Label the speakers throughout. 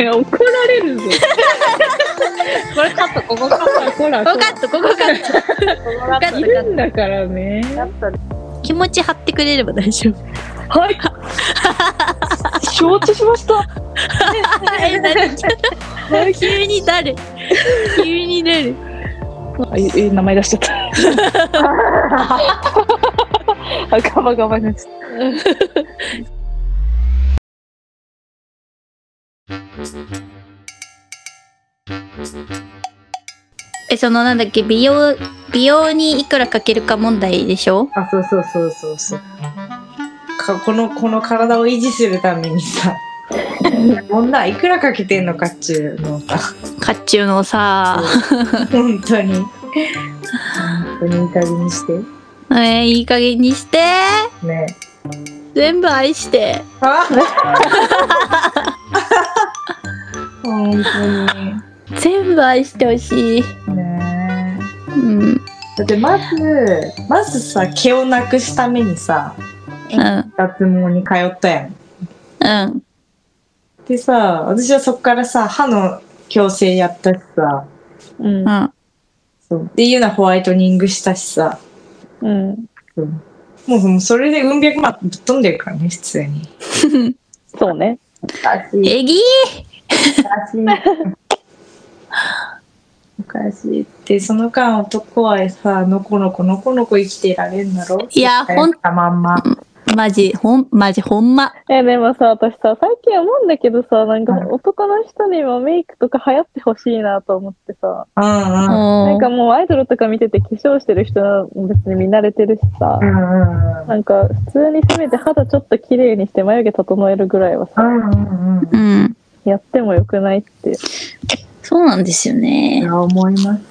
Speaker 1: いや、怒られ るぞ。これカット、ここカット、こら、
Speaker 2: ここカットここカット
Speaker 3: わ
Speaker 2: かった
Speaker 1: いるんだからね。
Speaker 3: ったね。
Speaker 2: 気持ち張ってくれれば大丈夫
Speaker 3: はい。承知しました。
Speaker 2: え誰急に誰急に誰
Speaker 3: あ、いい名前出しちゃ った。あ、ガバガバになっちゃっ
Speaker 2: えそのなんだっけ美容美容にいくらかけるか問題でしょ
Speaker 4: あ、そうそうそうそうそう。かこのこの体を維持するためにさ、女いくらかけてんのかっちゅうのさ、
Speaker 2: 甲冑のさ
Speaker 4: 本当に。本当にいい加減にして。
Speaker 2: えーいい加減にして
Speaker 4: ね
Speaker 2: 全部愛して
Speaker 4: あ 本当
Speaker 2: 全部愛してほしい
Speaker 4: に。ね
Speaker 2: うんうん
Speaker 4: だってまず、まずさ、毛をなくすためにさ、
Speaker 2: うん
Speaker 4: 脱毛に通ったやん。
Speaker 2: うん
Speaker 4: でさ、私はそっからさ、歯の矯正やったし
Speaker 3: た。
Speaker 4: さ、
Speaker 3: うん
Speaker 2: うん
Speaker 4: そうっていうのはホワイトニングしたしさ、
Speaker 3: うん。
Speaker 4: もうもうそれでうん百万ぶっ飛んでるからね、普通に。
Speaker 3: そうね。
Speaker 4: お
Speaker 2: えぎー
Speaker 4: かしい。おかしいって、その間男はさ、のこのこのこのこ生きてられんだろ
Speaker 2: いやほん
Speaker 4: たまんま。
Speaker 2: マジほんマジほんま
Speaker 3: え、でもさ、私さ、最近思うんだけどさ、なんか
Speaker 4: はい
Speaker 3: 男の人にもメイクとか流行ってほしいなと思ってさ、
Speaker 4: うんうん。
Speaker 2: な
Speaker 3: なんかもうアイドルとか見てて化粧してる人も別に見慣れてるしさ
Speaker 4: う、んうん
Speaker 3: なんか普通にせめて肌ちょっと綺麗にして眉毛整えるぐらいは
Speaker 4: う
Speaker 3: さ、
Speaker 4: んうんうん。
Speaker 2: うん
Speaker 3: やってもよくないって。
Speaker 2: そうなんですよ
Speaker 4: い
Speaker 2: ね。
Speaker 4: や、思います。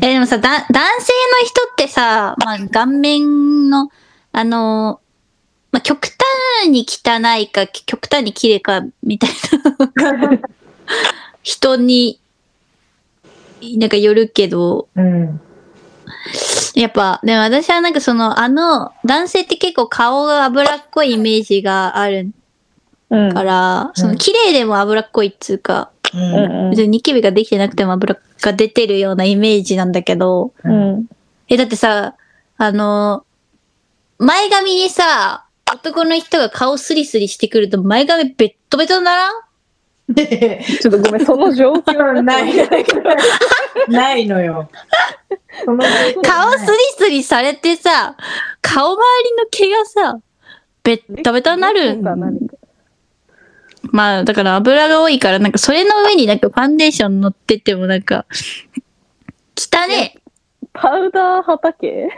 Speaker 2: えでもさ、だ男性の人ってさ、まあ、顔面の、あのー、まあ、極端に汚いか、極端に綺麗か、みたいな。 人に、なんかよるけど、
Speaker 4: うん。
Speaker 2: やっぱ、でも私はなんかその、あの、男性って結構顔が脂っこいイメージがある
Speaker 3: うん。
Speaker 2: から、その綺麗でも脂っこいっつうか、
Speaker 4: う。
Speaker 3: うんん
Speaker 2: 別にニキビができてなくても脂が出てるようなイメージなんだけど、
Speaker 3: うん。うん。
Speaker 2: え、だってさ、あのー前髪にさ、男の人が顔スリスリしてくると前髪ベットベトにならん
Speaker 4: で、
Speaker 3: ちょっとごめん、その状況
Speaker 4: ない。ないのよ。その
Speaker 2: 顔スリスリされてさ、顔周りの毛がさ、ベットベトになるん
Speaker 3: か何か
Speaker 2: まあ、だから油が多いから、なんかそれの上になんかファンデーション乗ってってもなんか、汚ね
Speaker 3: パウダー畑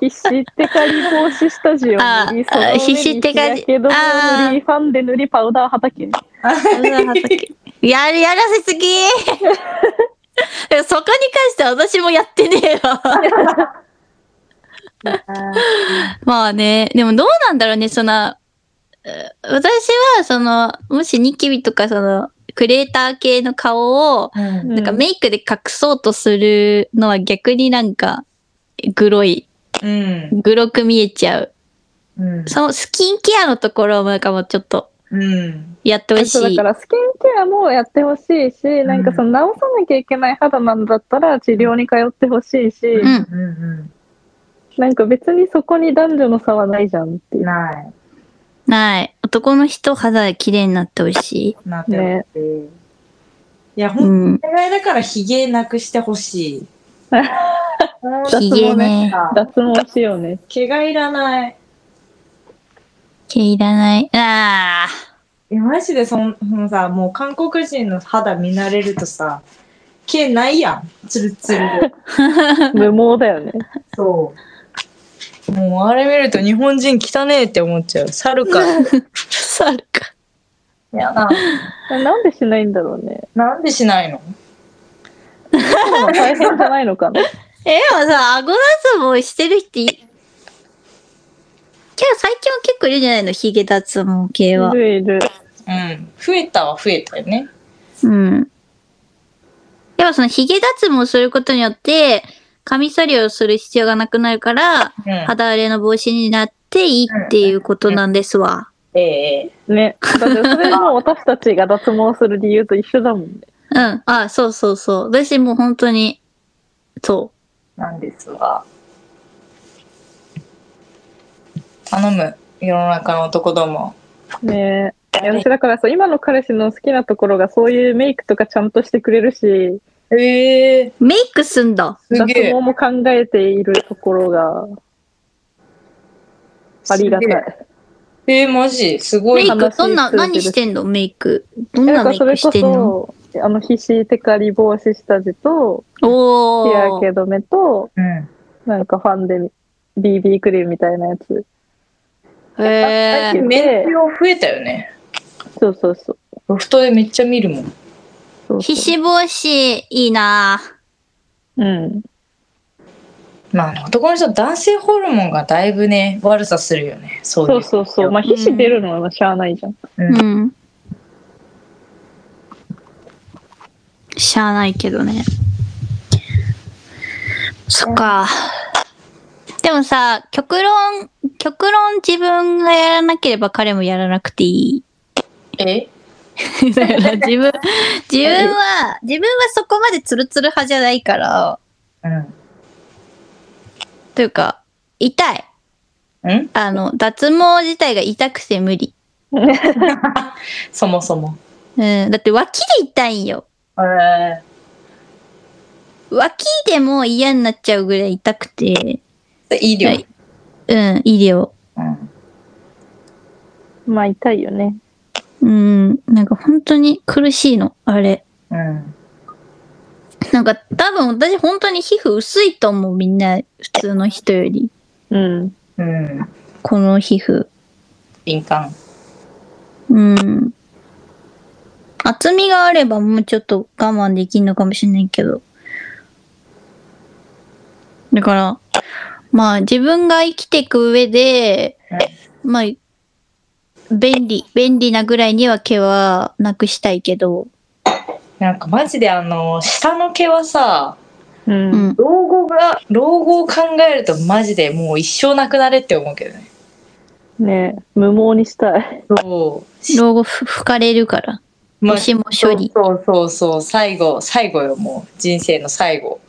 Speaker 3: 必死テカリ防止スタジオ塗り、
Speaker 2: あ
Speaker 3: その上に
Speaker 2: 必死テカ
Speaker 3: 日
Speaker 2: リ
Speaker 3: 焼け止めを塗り、ファンで塗り、パウダー畑。
Speaker 2: 油が畑やる、やらせすぎ だからそこに関しては私もやってねえわ。まあね、でもどうなんだろうね、その、えー私は、その、もしニキビとか、その、クレーター系の顔を、
Speaker 4: うん
Speaker 2: なんかメイクで隠そうとするのは逆になんか、グロい、
Speaker 4: うん。
Speaker 2: グロく見えちゃう。
Speaker 4: うん。
Speaker 2: そのスキンケアのところもなんかもうちょっと
Speaker 4: うん。
Speaker 2: やってほし
Speaker 3: そうだ
Speaker 2: い
Speaker 3: か。らスキンケアもやってほしいし、なんかその直さなきゃいけない肌なんだったら治療に通ってほしいし、
Speaker 2: うん。
Speaker 4: うん。
Speaker 3: なんか別にそこに男女の差はないじゃんっていう。
Speaker 4: ない。
Speaker 2: ない。男の人肌綺麗になってほしい。
Speaker 4: なってほしい。いや、ほん
Speaker 2: う
Speaker 4: と
Speaker 2: ん。
Speaker 4: お願いだから、ヒゲなくしてほしい。
Speaker 2: ヒゲね。
Speaker 3: 脱毛しようね。
Speaker 4: 毛がいらない。
Speaker 2: 毛いらない。あ あ。
Speaker 4: え、マジでそん、そのさ、もう韓国人の肌見慣れるとさ、毛ないやん。ツルツルで。
Speaker 3: 無毛だよね。
Speaker 4: そう。もうあれ見ると日本人汚ねえって思っちゃう。猿か。
Speaker 2: 猿か。
Speaker 4: やな。
Speaker 3: なんでしないんだろうね。
Speaker 4: なんでしないの
Speaker 3: 大変じゃないのかな。
Speaker 2: え、でもさ、顎脱毛してる人い、けど最近は結構いるじゃないの、ヒゲ脱毛
Speaker 3: い
Speaker 2: 系は。
Speaker 3: るいる。
Speaker 4: うん。増えたは増えたよね。
Speaker 2: うん。でもそのヒゲ脱毛することによって、カミソリをする必要がなくなるから、
Speaker 4: うん。
Speaker 2: 肌荒れの防止になっていいっていうことなんですわ。
Speaker 4: ええ
Speaker 3: ね。だってそれも私たちが脱毛する理由と一緒だもんね。
Speaker 2: うん。あ、そうそうそう。私もう本当に、そ
Speaker 4: なんですが。頼む、世の中の男ども。
Speaker 3: ねえ。いや私だからそう、今の彼氏の好きなところがそういうメイクとかちゃんとしてくれるし、
Speaker 4: ええ
Speaker 2: う。メイクすんだ。
Speaker 4: す
Speaker 3: 脱
Speaker 4: げ
Speaker 3: 毛
Speaker 4: え。
Speaker 3: も考えているところがありがたい。
Speaker 4: ええマジ、すご
Speaker 2: メイ
Speaker 4: い。
Speaker 2: ク、どんな、
Speaker 3: 悲しい数字
Speaker 2: 何してんのメイク。どん
Speaker 3: なか
Speaker 2: なんメイ
Speaker 3: それ
Speaker 2: ク
Speaker 3: こ
Speaker 2: してんの
Speaker 3: そ、あの、皮脂テカリ防止下地と、日
Speaker 2: お
Speaker 3: 焼け
Speaker 2: ー。
Speaker 3: 止めと、
Speaker 4: うん。
Speaker 3: なんかファンデ、BB クリームみたいなやつ。
Speaker 2: へー。
Speaker 4: メンテ増えたよね。
Speaker 3: そうそうそう。
Speaker 4: ロフトでめっちゃ見るもん。
Speaker 3: そうそ
Speaker 2: 皮
Speaker 3: う
Speaker 2: 脂防止、いいなぁ
Speaker 3: うん。
Speaker 4: まあ、男の人、男性ホルモンがだいぶね、悪さするよね。そうい。
Speaker 3: そううそうそう。まあ、皮脂出るのはしゃあないじゃん。
Speaker 4: うん
Speaker 2: うん。しゃあないけどね。そっか。でもさ、極論、極論自分がやらなければ彼もやらなくてい い。
Speaker 4: え
Speaker 2: だから自分、自分は、自分はそこまでツルツル派じゃないから、
Speaker 4: うん。
Speaker 2: というか、痛い。
Speaker 4: うん
Speaker 2: あの、脱毛自体が痛くて無理。
Speaker 4: そもそも。
Speaker 2: うん。だって脇で痛いんよ。
Speaker 4: ええ
Speaker 2: 脇でも嫌になっちゃうぐらい痛くて。
Speaker 4: 医療。
Speaker 2: はいうん、医療。
Speaker 4: うん。
Speaker 3: まあ、痛いよね。
Speaker 2: うん、なんか本当に苦しいの、あれ。
Speaker 4: うん。
Speaker 2: なんか多分私本当に皮膚薄いと思う、みんな、普通の人より。
Speaker 3: うん。
Speaker 4: うん。
Speaker 2: この皮膚。
Speaker 4: 敏感。
Speaker 2: うん。厚みがあればもうちょっと我慢できんのかもしれないけど。だから、まあ自分が生きていく上で、まあ、便利、便利なぐらいには毛はなくしたいけど、
Speaker 4: なんかマジであの、下の毛はさ、
Speaker 3: う。
Speaker 2: うんん。
Speaker 4: 老後が、老後を考えるとマジでもう一生なくなれって思うけどね。
Speaker 3: ねえ無毛にしたい。
Speaker 4: そ
Speaker 2: 老後ふ吹かれるから。
Speaker 4: う。まあ
Speaker 2: 虫も処理。
Speaker 4: そうそうそうそう、最後、最後よ、もう。人生の最後。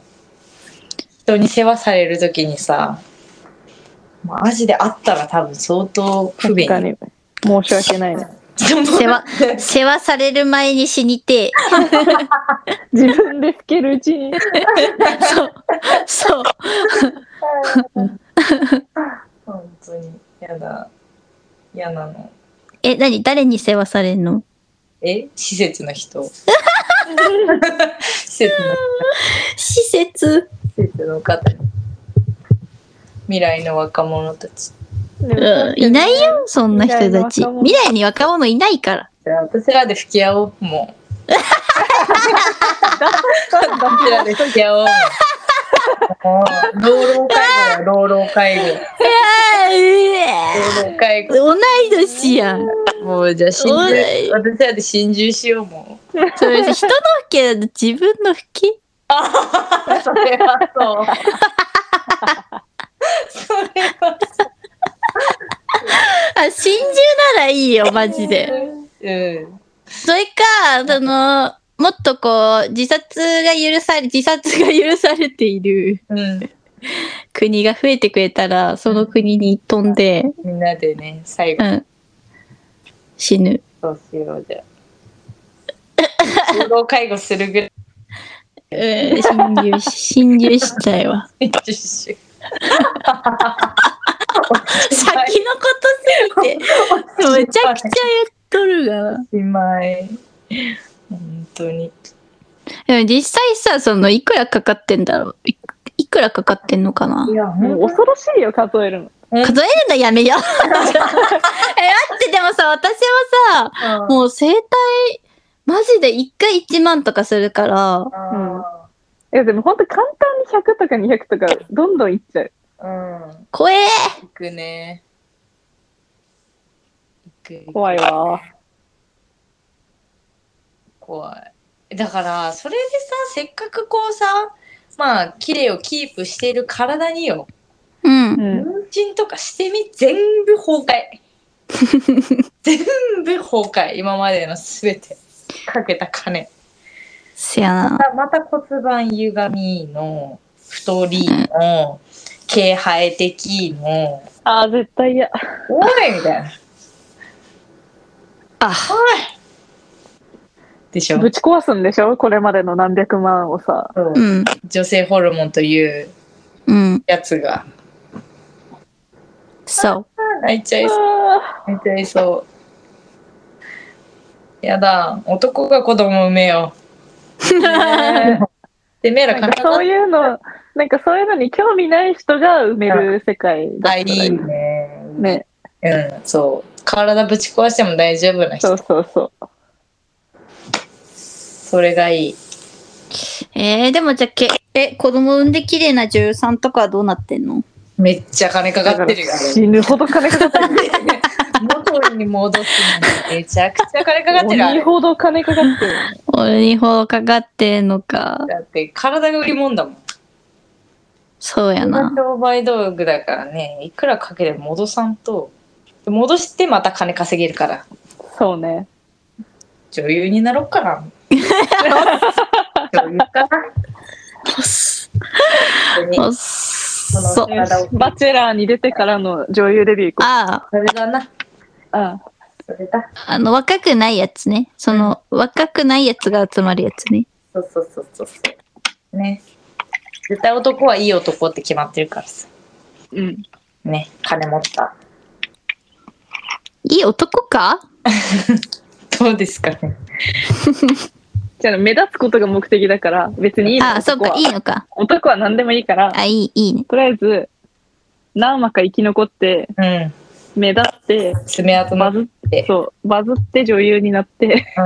Speaker 4: 人に世話されるときにさ、マジであったら多分相当不
Speaker 3: 確
Speaker 4: 便。
Speaker 3: かに。申し訳ないね。
Speaker 2: 世話、世話される前に死にてえ、
Speaker 3: 自分で老けるうちに。
Speaker 2: そう、そう。
Speaker 4: 本当に。やだ。嫌なの。
Speaker 2: え、何誰に世話されんの
Speaker 4: え施設 の人。施設の
Speaker 2: 施設。
Speaker 4: 施設の方。未来の若者たち。
Speaker 2: うん、いないよ、そんな人たち。
Speaker 3: 未来の若者
Speaker 2: 未来に若者いないから。
Speaker 4: じゃあ私らで吹き合おうもう。私らで吹き合おう。もう老老介護だ老老介護老老介護
Speaker 2: 同い年やん。
Speaker 4: もうじゃあ心
Speaker 2: おい
Speaker 4: 中私らで心中しようもう
Speaker 2: それ人の吹けだと自分の吹き
Speaker 4: それはそうそれは
Speaker 2: あ、真珠ならいいよ、マジで。
Speaker 4: うん
Speaker 2: それか、その、もっとこう、自殺が許され、自殺が許されている
Speaker 4: うん
Speaker 2: 国が増えてくれたら、その国に飛んで、
Speaker 4: みんなでね最後
Speaker 2: うん。死ぬ。
Speaker 4: そうしよう じゃあ老老介護するぐらい
Speaker 2: うん、侵入 し、侵入したいわ。
Speaker 4: 心中しよう
Speaker 2: 先のことすぎて、めちゃくちゃ言っとるがな。
Speaker 4: おしまい。本当に。
Speaker 2: でも実際さ、その、いくらかかってんだろういいくらかかってんのかな
Speaker 4: や、
Speaker 3: もう恐ろしいよ、数えるの。
Speaker 2: 数えるのやめよう。 え、待って、でもさ、私はさ、もう生体、マジで1回1万とかするから、
Speaker 3: いや、でも本当簡単に100とか200とか、どんどんいっちゃう。
Speaker 4: うん。うん。
Speaker 2: 怖え
Speaker 4: 行くね。行く。
Speaker 3: 怖いわ。
Speaker 4: 怖い。だから、それでさ、せっかくこうさ、まあ、綺麗をキープしている体によ、
Speaker 2: うん。
Speaker 3: うん。
Speaker 4: 妊娠とかしてみ、全部崩壊。 全部崩壊今までの全てかけた金
Speaker 2: せやな。
Speaker 4: また骨盤歪みの太りの毛生えてきの
Speaker 3: ああ、絶対嫌。
Speaker 4: おいみたいな
Speaker 2: あ、
Speaker 4: でしょ
Speaker 3: ぶち壊すんでしょこれまでの何百万をさ。
Speaker 4: そう
Speaker 2: うん、
Speaker 4: 女性ホルモンという
Speaker 2: うん、
Speaker 4: やつが
Speaker 2: そう。
Speaker 4: 泣いちゃいそう
Speaker 3: あ
Speaker 4: 泣いちゃいそうやだ男が子供産めよ
Speaker 3: ーね
Speaker 4: てめえら
Speaker 3: なんか
Speaker 4: 体
Speaker 3: そういうの、なんかそういうのに興味ない人が埋める世界だ
Speaker 4: あ
Speaker 3: った
Speaker 4: い
Speaker 3: らい
Speaker 4: い
Speaker 3: い。
Speaker 4: ね
Speaker 3: ね、
Speaker 4: うんそう体ぶち壊しても大丈夫な
Speaker 3: そ
Speaker 4: 人
Speaker 3: うそうそう。
Speaker 4: それがいい
Speaker 2: えー、でもじゃあけ、え、子供産んで綺麗な女優さんとかはどうなってんの
Speaker 4: めっちゃ金か
Speaker 3: だ
Speaker 4: か
Speaker 3: か
Speaker 4: って
Speaker 3: ら
Speaker 4: るよ
Speaker 3: 死ぬほど金かかってる。
Speaker 4: 元に戻すのにめちゃくちゃ金かかってるあ
Speaker 3: 鬼
Speaker 4: れ
Speaker 3: ほど金かかってる。
Speaker 2: 俺に法かかってんのか。
Speaker 4: だって体が売り物だもん
Speaker 2: そうやな。
Speaker 4: 商売道具だからねいくらかけても戻さんと戻してまた金稼げるから
Speaker 3: そうね。
Speaker 4: 女優になろっかな女優かな
Speaker 2: おっす
Speaker 4: 本当に
Speaker 2: お
Speaker 4: こ
Speaker 2: っそ
Speaker 4: の。体を
Speaker 3: バチェラーに出てからの女優デビュー行こ
Speaker 2: ああ、
Speaker 4: それだな
Speaker 3: う。あ
Speaker 4: それだ
Speaker 2: あの、若くないやつね。その、若くないやつが集まるやつね。
Speaker 4: そうそうそうそうそうね絶対男はいい男って決まってるからさ
Speaker 3: うん。
Speaker 4: ね金持った
Speaker 2: いい男か
Speaker 4: どうですかね
Speaker 3: じゃあ目立つことが目的だから、別にいいの
Speaker 2: ああ、そう
Speaker 3: 男
Speaker 2: か、
Speaker 3: はい
Speaker 2: いのか。
Speaker 3: 男は何でもいいから、
Speaker 2: あ、いい、いいね。
Speaker 3: とりあえず、何話か生き残って、
Speaker 4: うん
Speaker 3: 目立って、
Speaker 4: 爪痕
Speaker 3: バズ
Speaker 4: の
Speaker 3: っ
Speaker 4: え
Speaker 3: て、そう、バズって女優になって、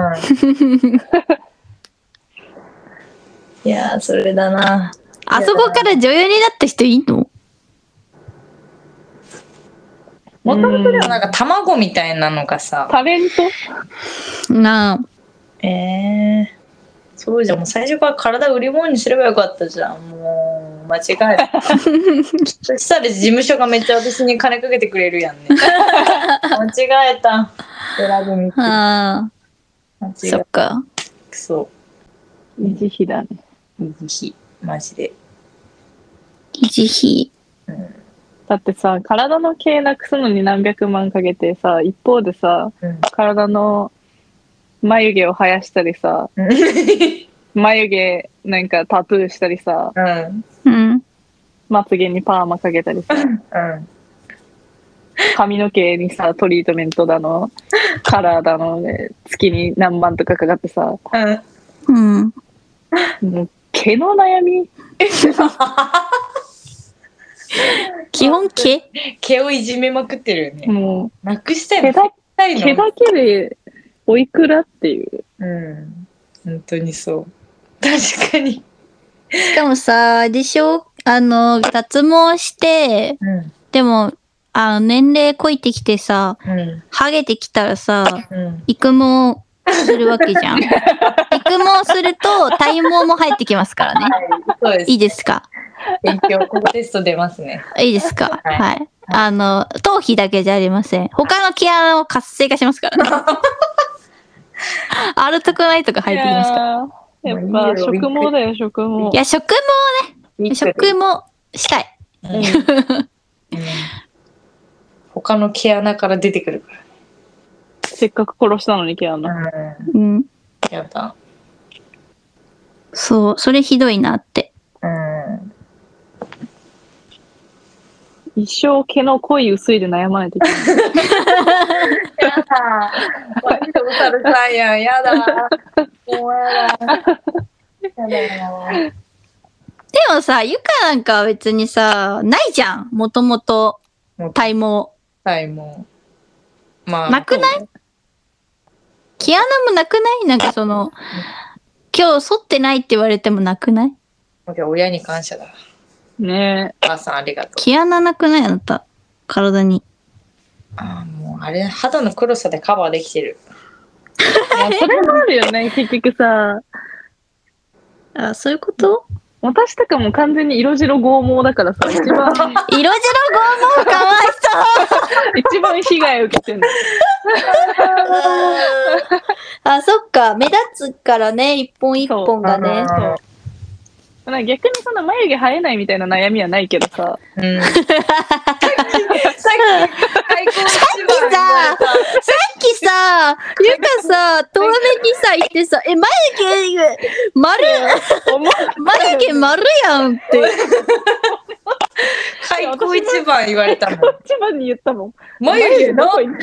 Speaker 4: いやーそれだな
Speaker 2: あそこから女優になった人いいの
Speaker 4: もともとでもなんか卵みたいなのがさ
Speaker 3: タレント
Speaker 2: なあ。
Speaker 4: えー、そうじゃんもう最初から体売り物にすればよかったじゃんもう間違え たそしたら事務所がめっちゃ私に金かけてくれるやん ね間違えた選ぶ道間
Speaker 2: ああ、
Speaker 4: 違
Speaker 2: そ
Speaker 4: え
Speaker 2: っか。
Speaker 4: くそ
Speaker 3: 維持費だね。
Speaker 4: 維持費マジで
Speaker 2: 維持
Speaker 3: だってさ、体の毛なくすのに何百万かけてさ、一方でさ、
Speaker 4: うん
Speaker 3: 体の眉毛を生やしたりさ、
Speaker 4: うん
Speaker 3: 眉毛なんかタトゥーしたりさ、
Speaker 4: うん
Speaker 2: 費。うん。
Speaker 3: まつげにパーマかけたり さ、
Speaker 4: うん
Speaker 3: 髪の毛にさ、トリートメントだの、カラーだの、ね、月に何万とかかかってさ、
Speaker 4: うん
Speaker 2: うん。
Speaker 3: もう毛の悩み
Speaker 2: 基本毛
Speaker 4: 毛をいじめまくってるよね、
Speaker 3: も
Speaker 4: なくした
Speaker 3: う、
Speaker 4: いの
Speaker 3: 毛だ
Speaker 4: たいの
Speaker 3: 毛だけでおいくらっていう。
Speaker 4: うん本当にそう確かに
Speaker 2: しかもさ、でしょあの、脱毛して、
Speaker 4: うん
Speaker 2: でも、あの、年齢こいてきてさ、
Speaker 4: うん
Speaker 2: ハゲてきたらさ、
Speaker 4: うん
Speaker 2: 育毛するわけじ ゃん。育毛すると、体毛も入ってきますからね。
Speaker 4: そうです
Speaker 2: いいですか
Speaker 4: 勉強ここテスト出ますね
Speaker 2: いいですか
Speaker 4: はい
Speaker 2: はい。あの、頭皮だけじゃありません。他の毛穴を活性化しますからね。 アルトクナイトが入ってきますから。
Speaker 3: いやーやっぱ植毛だよ、植毛
Speaker 2: い。や、食毛、食毛したい。
Speaker 4: うん他の毛穴から出てくるか
Speaker 3: せっかく殺したのに毛穴。
Speaker 4: ら、うん、
Speaker 2: うん。
Speaker 4: やだ
Speaker 2: そう、それひどいなって。
Speaker 4: うん
Speaker 3: 一生毛の濃い薄いで悩まないといけない。
Speaker 4: やだ割とうさるさんやん やだもうやだやだよ
Speaker 2: でもさ、ゆかなんかは別にさ、ないじゃん。もともと
Speaker 4: もう
Speaker 2: 体毛。
Speaker 4: はいもうまあ
Speaker 2: なくない毛穴もなくないなんかその、今日剃ってないって言われてもなくない
Speaker 4: そうだ親に感謝だ
Speaker 3: ね
Speaker 4: お母さんありがとう
Speaker 2: 毛穴なくないあなた。体に。
Speaker 4: あーもうあれ肌の黒さでカバーできてる
Speaker 3: え。それもあるよね、結局さ。
Speaker 2: あ、そういうこと
Speaker 3: 私とかも完全に色白剛毛だ からさ、一番、
Speaker 2: 色白剛毛かわいそう
Speaker 3: 一番被害を受けてるの。
Speaker 2: あ、そっか。目立つからね、一本一本がね。
Speaker 3: そうまあ逆にその眉毛生えないみたいな悩みはないけどさ、
Speaker 4: うん、さっき、さっき、開口一番
Speaker 2: さあさっきさ、ゆかさ、遠目にさ、言ってさ、え、眉毛、丸、
Speaker 3: 思う
Speaker 2: 眉毛丸やんって。
Speaker 4: 開口一番言われた もん。
Speaker 3: 一番に言ったもん。
Speaker 4: 眉毛
Speaker 3: ど
Speaker 4: の
Speaker 3: こ行っ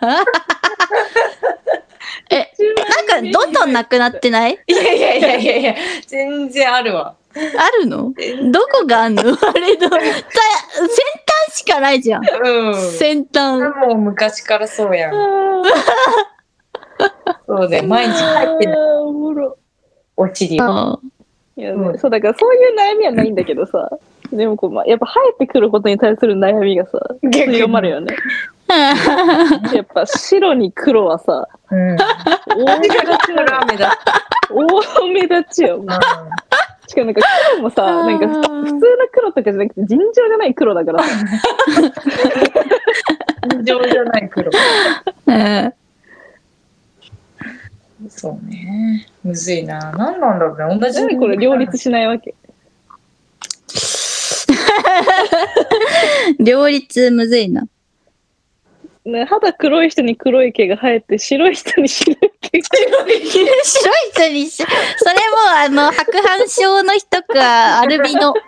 Speaker 3: た
Speaker 2: え、なんか、どんどんなくなってない
Speaker 4: いやいやいやいやいや、全然あるわ。
Speaker 2: あるのどこがあんのあれの、た先端しかないじゃん。
Speaker 4: うん。
Speaker 2: 先端。
Speaker 4: もう昔からそうやん。そうだよ。毎日入ってる。
Speaker 3: あーおもろ
Speaker 4: お尻を。
Speaker 2: あ
Speaker 3: いや
Speaker 4: うん
Speaker 3: そうだからそういう悩みはないんだけどさ でもこう、まあ、やっぱ生えてくることに対する悩みがさ
Speaker 4: 逆に
Speaker 3: 強まる よね
Speaker 2: ー
Speaker 3: やっぱ白に黒はさ
Speaker 4: うん。
Speaker 3: 大目立ちよ
Speaker 4: ラーメンだっ
Speaker 3: 大目立ちよ
Speaker 4: た。
Speaker 3: しかもなんか黒もさなんか普通の黒とかじゃなくて尋常じゃない黒だから さ
Speaker 4: 尋常じゃない黒。
Speaker 2: うん
Speaker 4: そうね。むずいな。何なんだろうね。同じ。
Speaker 3: なんでこれ両立しないわけ
Speaker 2: 両立むずいな。
Speaker 3: ね肌黒い人に黒い毛が生えて白い人に白い毛が
Speaker 2: 白い人にし、それもあの、白斑症の人か、アルビノ。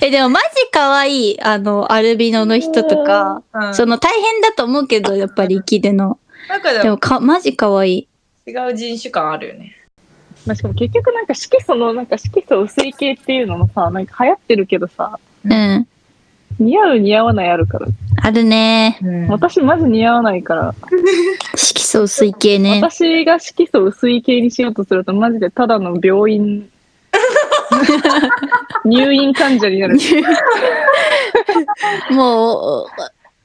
Speaker 2: え、でもマジ可愛い、あの、アルビノの人とか、
Speaker 4: うん
Speaker 2: その大変だと思うけど、やっぱり生きでの。
Speaker 4: なんかで
Speaker 2: で
Speaker 4: も
Speaker 2: もか、マジ可愛い。
Speaker 4: 違う人種感あるよね。
Speaker 3: まあ、しかも結局なんか色素のなんか色素薄い系っていうのもさなんか流行ってるけどさ
Speaker 2: うん。
Speaker 3: 似合う似合わないあるから、
Speaker 2: あるね。
Speaker 4: うん
Speaker 3: 私マジ似合わないから、
Speaker 2: 色素薄い系ね。
Speaker 3: 私が色素薄い系にしようとするとマジでただの病院入院患者になる
Speaker 2: も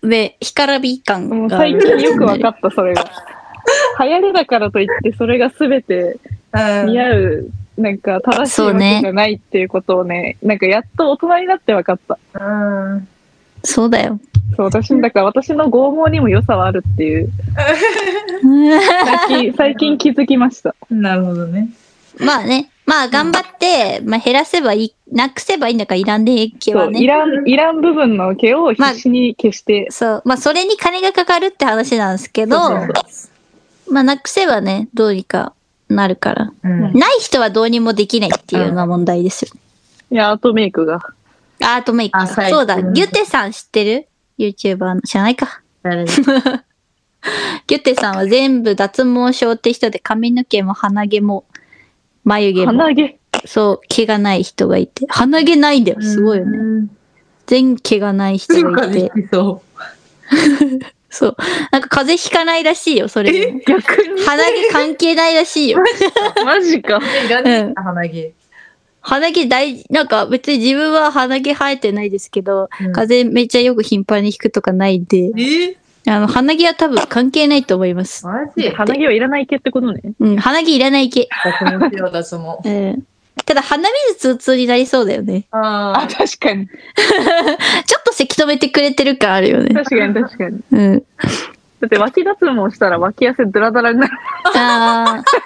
Speaker 2: う、ね、干からび
Speaker 3: も
Speaker 2: 感
Speaker 3: う
Speaker 2: があ
Speaker 3: 最
Speaker 2: る。
Speaker 3: 近よく分かったそれが流行りだからといってそれが全て似合うなんか正しいわけじゃないっていうことをねなんかやっと大人になって分かった
Speaker 4: うん。
Speaker 2: そうだよ。
Speaker 3: そう私だから私の剛毛にも良さはあるっていう最近最近気づきました
Speaker 4: なるほどね。
Speaker 2: まあね。まあ頑張って、まあ減らせばいい、なくせばいいんだからいらんねえ毛
Speaker 3: そ
Speaker 2: は
Speaker 3: うい
Speaker 2: ね。
Speaker 3: らんいらん部分の毛を必死に消して、
Speaker 2: そう。まあそれに金がかかるって話なんですけど、
Speaker 4: そう
Speaker 2: まあなくせばね、どうにかなるから。
Speaker 4: うん
Speaker 2: ない人はどうにもできないっていうのが問題ですよ。
Speaker 3: いやアートメイクが
Speaker 2: アートメイク
Speaker 4: あ
Speaker 2: か。
Speaker 4: 最近
Speaker 2: そうだ。ギュテさん知ってる ?YouTuber の。知らないか。ギュテさんは全部脱毛症って人で髪の毛も鼻毛も眉毛も、
Speaker 3: 鼻毛
Speaker 2: そう、毛がない人がいて。鼻毛ないんだよ。 すごいよね。
Speaker 4: ね。
Speaker 2: 全毛がない人
Speaker 4: 強
Speaker 2: がい
Speaker 4: く
Speaker 2: て
Speaker 4: で。きそ
Speaker 2: そう。なんか風邪ひかないらしいよ、それも。
Speaker 3: 逆に
Speaker 2: 鼻毛関係ないらしいよ。
Speaker 3: マジか
Speaker 4: う。いらねえな鼻毛。
Speaker 2: 鼻毛大事、なんか別に自分は鼻毛生えてないですけど、
Speaker 4: うん
Speaker 2: 風邪めっちゃよく頻繁にひくとかないんで、
Speaker 4: え
Speaker 2: あの、鼻毛は多分関係ないと思います。
Speaker 4: マジ
Speaker 3: 鼻毛はいらない毛ってことね
Speaker 2: うん、鼻毛いらない毛。
Speaker 4: 脱毛しよう脱毛。
Speaker 2: うん。ただ鼻水ツーツーになりそうだよね。
Speaker 4: あ
Speaker 3: あ確かに
Speaker 2: ちょっとせき止めてくれてる感あるよね。
Speaker 3: 確かに確かに
Speaker 2: うん。
Speaker 3: だって脇脱毛したら脇汗ドラドラになる
Speaker 2: ああ。脇汗結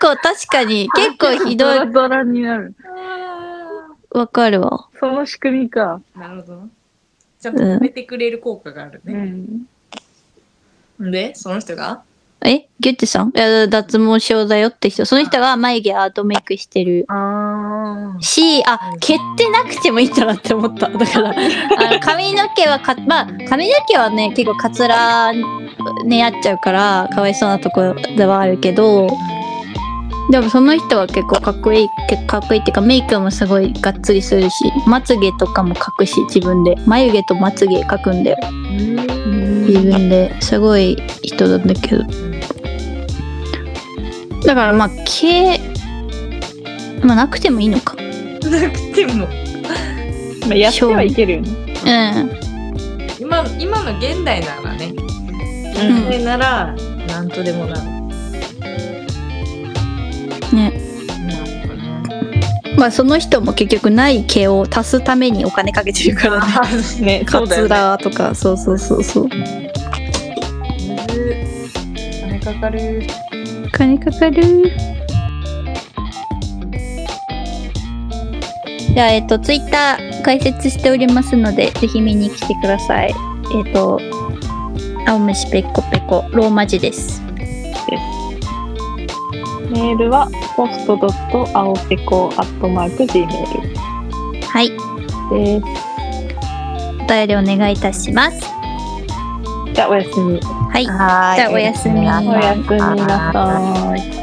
Speaker 2: 構確かに、結構ひ
Speaker 3: ド
Speaker 2: ど
Speaker 3: ラ
Speaker 2: い。
Speaker 3: ドラになる
Speaker 4: あ
Speaker 2: わかるわ。
Speaker 3: その仕組みか
Speaker 4: ー。なるほど。ちゃんと止めてくれる効果がある
Speaker 3: う
Speaker 4: ね。
Speaker 3: ん
Speaker 4: で、その人が
Speaker 2: えギュッチさんいや、脱毛症だよって人。その人は眉毛アートメイクしてる
Speaker 4: あ
Speaker 2: し、あ、毛ってなくてもいいんだなって思った。だから、あの髪の毛はか、まあ、髪の毛はね、結構カツラね、やっちゃうから、かわいそうなところではあるけど、でもその人は結構かっこいい、かっこいいっていうか、メイクもすごいがっつりするし、まつげとかも描くし、自分で。眉毛とまつげ描くんだよ。自分ですごい人なんだけどだからまあ毛まあなくてもいいのか
Speaker 4: あ。なくても。
Speaker 3: まあ、やってはいけるよね
Speaker 2: うん
Speaker 4: 今今の現代ならね。
Speaker 2: ん
Speaker 4: 現代なら、なんとでもなる。
Speaker 2: ね。まあその人も結局ない毛を足すためにお金かけてるからね。
Speaker 4: ね、 そ
Speaker 2: カ
Speaker 4: うだよ
Speaker 2: ツ
Speaker 4: ね。
Speaker 2: ラとか、そうそうそうそう。
Speaker 4: 金かかる。
Speaker 2: お金かかる。じゃあ、えっと、ツイッター開設しておりますので、ぜひ見に来てください。えっと、青虫ペコペコ、ローマ字です。
Speaker 3: メールは post.aopeco.gmail
Speaker 2: はい。
Speaker 3: です。
Speaker 2: お便りお願いいたします。
Speaker 3: じゃあおやすみ。
Speaker 2: はい。
Speaker 4: は
Speaker 2: じゃあおやすみ
Speaker 3: おやすみなさい。